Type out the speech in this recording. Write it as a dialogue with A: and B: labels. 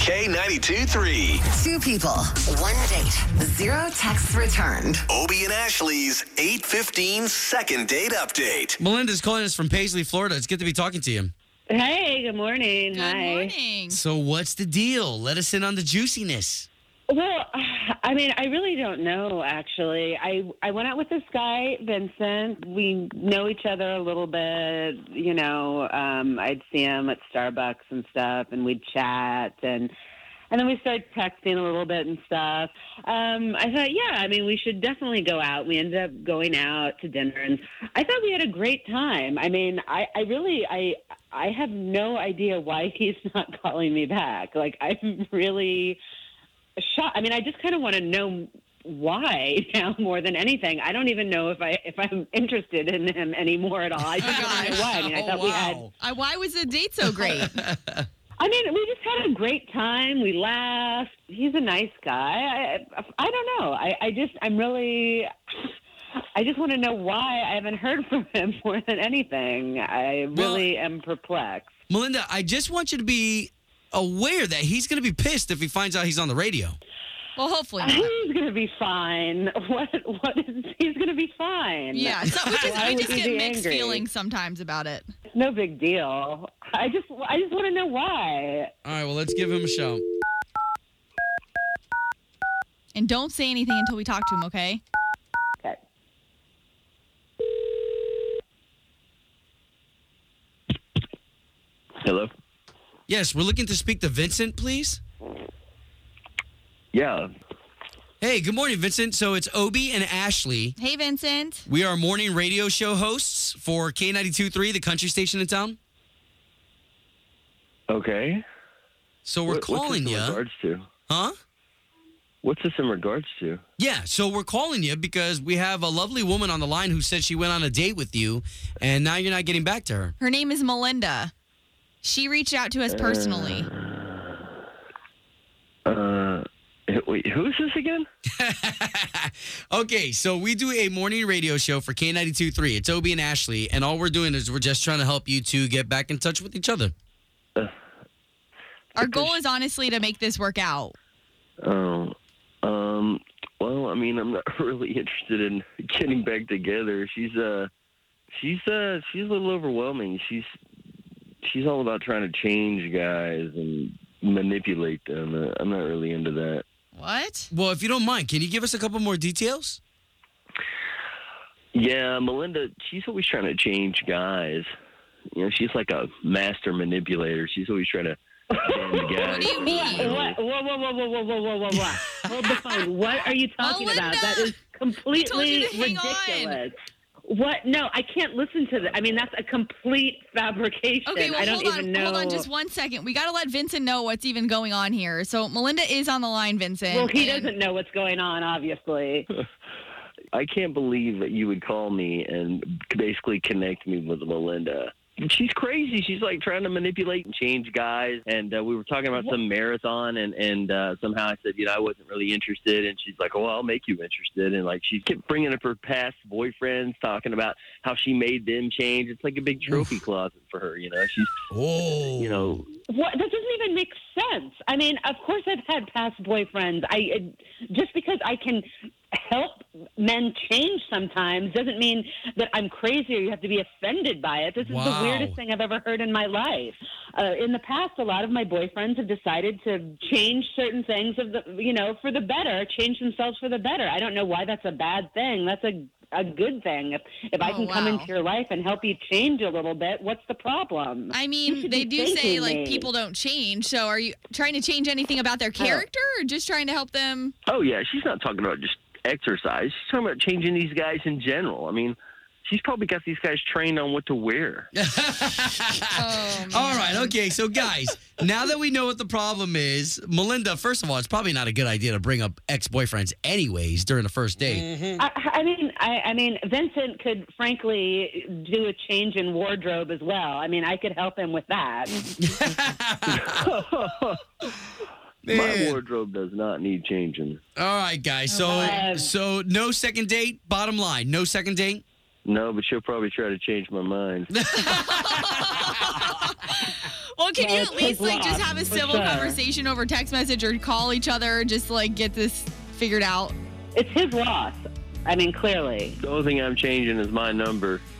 A: K92 3.
B: Two people, one date, zero texts returned.
A: Obie and Ashley's 815 second date update.
C: Melinda's calling us from Paisley, Florida. It's good to be talking to you.
D: Hey, good morning.
E: Good
D: Hi.
E: morning.
C: So, what's the deal? Let us in on the juiciness.
D: Well, I mean, I really don't know actually. I I went out with this guy, Vincent. We know each other a little bit, you know. Um, I'd see him at Starbucks and stuff and we'd chat and and then we started texting a little bit and stuff. Um, I thought, yeah, I mean, we should definitely go out. We ended up going out to dinner, and I thought we had a great time. I mean, I, I really, I, I have no idea why he's not calling me back. Like, I'm really shocked. I mean, I just kind of want to know why now more than anything. I don't even know if I if I'm interested in him anymore at all. I just don't know
E: gosh.
D: why. I mean, I
C: Oh,
D: thought we had
C: wow.
E: Uh, why was the date so great?
D: I mean, we just had a great time. We laughed. He's a nice guy. I, I don't know. I, I just, I'm really, I just want to know why I haven't heard from him more than anything. I really am perplexed.
C: Melinda, I just want you to be aware that he's going to be pissed if he finds out he's on the radio.
E: well, hopefully not.
D: He's gonna be fine. What? What is? He's gonna be fine.
E: Yeah, so we just,
D: Why
E: we
D: would
E: just
D: he
E: get
D: be
E: mixed
D: angry?
E: feelings sometimes about it.
D: It's no big deal. I just, I just want to know why.
C: All right, well, let's give him a shout.
E: And don't say anything until we talk to him, okay?
D: Okay.
F: Hello.
C: Yes, we're looking to speak to Vincent, please.
F: Yeah.
C: Hey, good morning, Vincent. So, it's Obie and Ashley.
E: Hey, Vincent.
C: We are morning radio show hosts for K92.3, the country station in town.
F: Okay.
C: So, we're
F: What-
C: calling
F: what's this in
C: you.
F: regards to?
C: Huh?
F: What's this in regards to?
C: Yeah, so we're calling you because we have a lovely woman on the line who said she went on a date with you and now you're not getting back to her.
E: Her name is Melinda. She reached out to us personally.
F: Uh, wait, who is this again?
C: okay, so we do a morning radio show for K92.3. It's Obie and Ashley, and all we're doing is we're just trying to help you two get back in touch with each other.
E: Our goal is honestly to make this work out.
F: Oh, um, well, I mean, I'm not really interested in getting back together. She's uh, she's uh, she's a little overwhelming. She's she's all about trying to change guys and manipulate them. Uh, I'm not really into that.
E: What?
C: Well, if you don't mind, can you give us a couple more details?
F: Yeah, Melinda, she's always trying to change guys. You know, she's like a master manipulator. She's always trying to bend guys.
E: What do you mean?
F: You know,
D: What? Whoa, whoa, whoa, whoa, whoa, whoa, whoa, whoa, whoa. Hold the phone. What are you talking about?
E: Melinda!
D: That is
E: I told you
D: completely
E: to hang on.
D: ridiculous. What? No, I can't listen to that. I mean, that's a complete fabrication.
E: Okay, well,
D: I don't
E: hold on.
D: even know.
E: Hold on just one second. We got to let Vincent know what's even going on here. So, Melinda is on the line, Vincent.
D: well, he
E: and-
D: doesn't know what's going on, obviously.
F: I can't believe that you would call me and basically connect me with Melinda. She's crazy. She's like trying to manipulate and change guys. And uh, we were talking about some marathon, and and uh, somehow I said, you know, I wasn't really interested. And she's like, oh, I'll make you interested. And like she kept bringing up her past boyfriends, talking about how she made them change. It's like a big trophy closet for her, you know. She's,
C: Oh.
F: you know,
D: What? That doesn't even make sense. I mean, of course, I've had past boyfriends. I uh, just because I can help men change sometimes doesn't mean that I'm crazy or you have to be offended by it. This is
C: Wow.
D: the weirdest thing I've ever heard in my life. Uh, in the past, a lot of my boyfriends have decided to change certain things of the, you know, for the better, change themselves for the better. I don't know why that's a bad thing. That's a a good thing. If if I
E: Oh,
D: can come
E: wow.
D: into your life and help you change a little bit, what's the problem?
E: I
D: You
E: mean,
D: should
E: they
D: be
E: do say
D: thanking
E: like
D: me.
E: people don't change. So, are you trying to change anything about their character, or just trying to help them?
F: Oh yeah, she's not talking about just exercise. She's talking about changing these guys in general. I mean, she's probably got these guys trained on what to wear.
E: Oh,
C: All right,
E: man.
C: okay. So, guys, now that we know what the problem is, Melinda, first of all, it's probably not a good idea to bring up ex boyfriends, anyways, during the first date.
D: I, I mean, I, I mean, Vincent could frankly do a change in wardrobe as well. I mean, I could help him with that.
F: My
C: Man.
F: wardrobe does not need changing.
C: All right, guys. So,
D: Okay.
C: so no second date. Bottom line, no second date.
F: No, but she'll probably try to change my mind.
E: Well, can
D: No,
E: you
D: it's
E: at least
D: his
E: like just
D: loss,
E: have a
D: for
E: civil
D: sure.
E: conversation over text message or call each other just to like get this figured out?
D: It's his loss. I mean, clearly.
F: The only thing I'm changing is my number.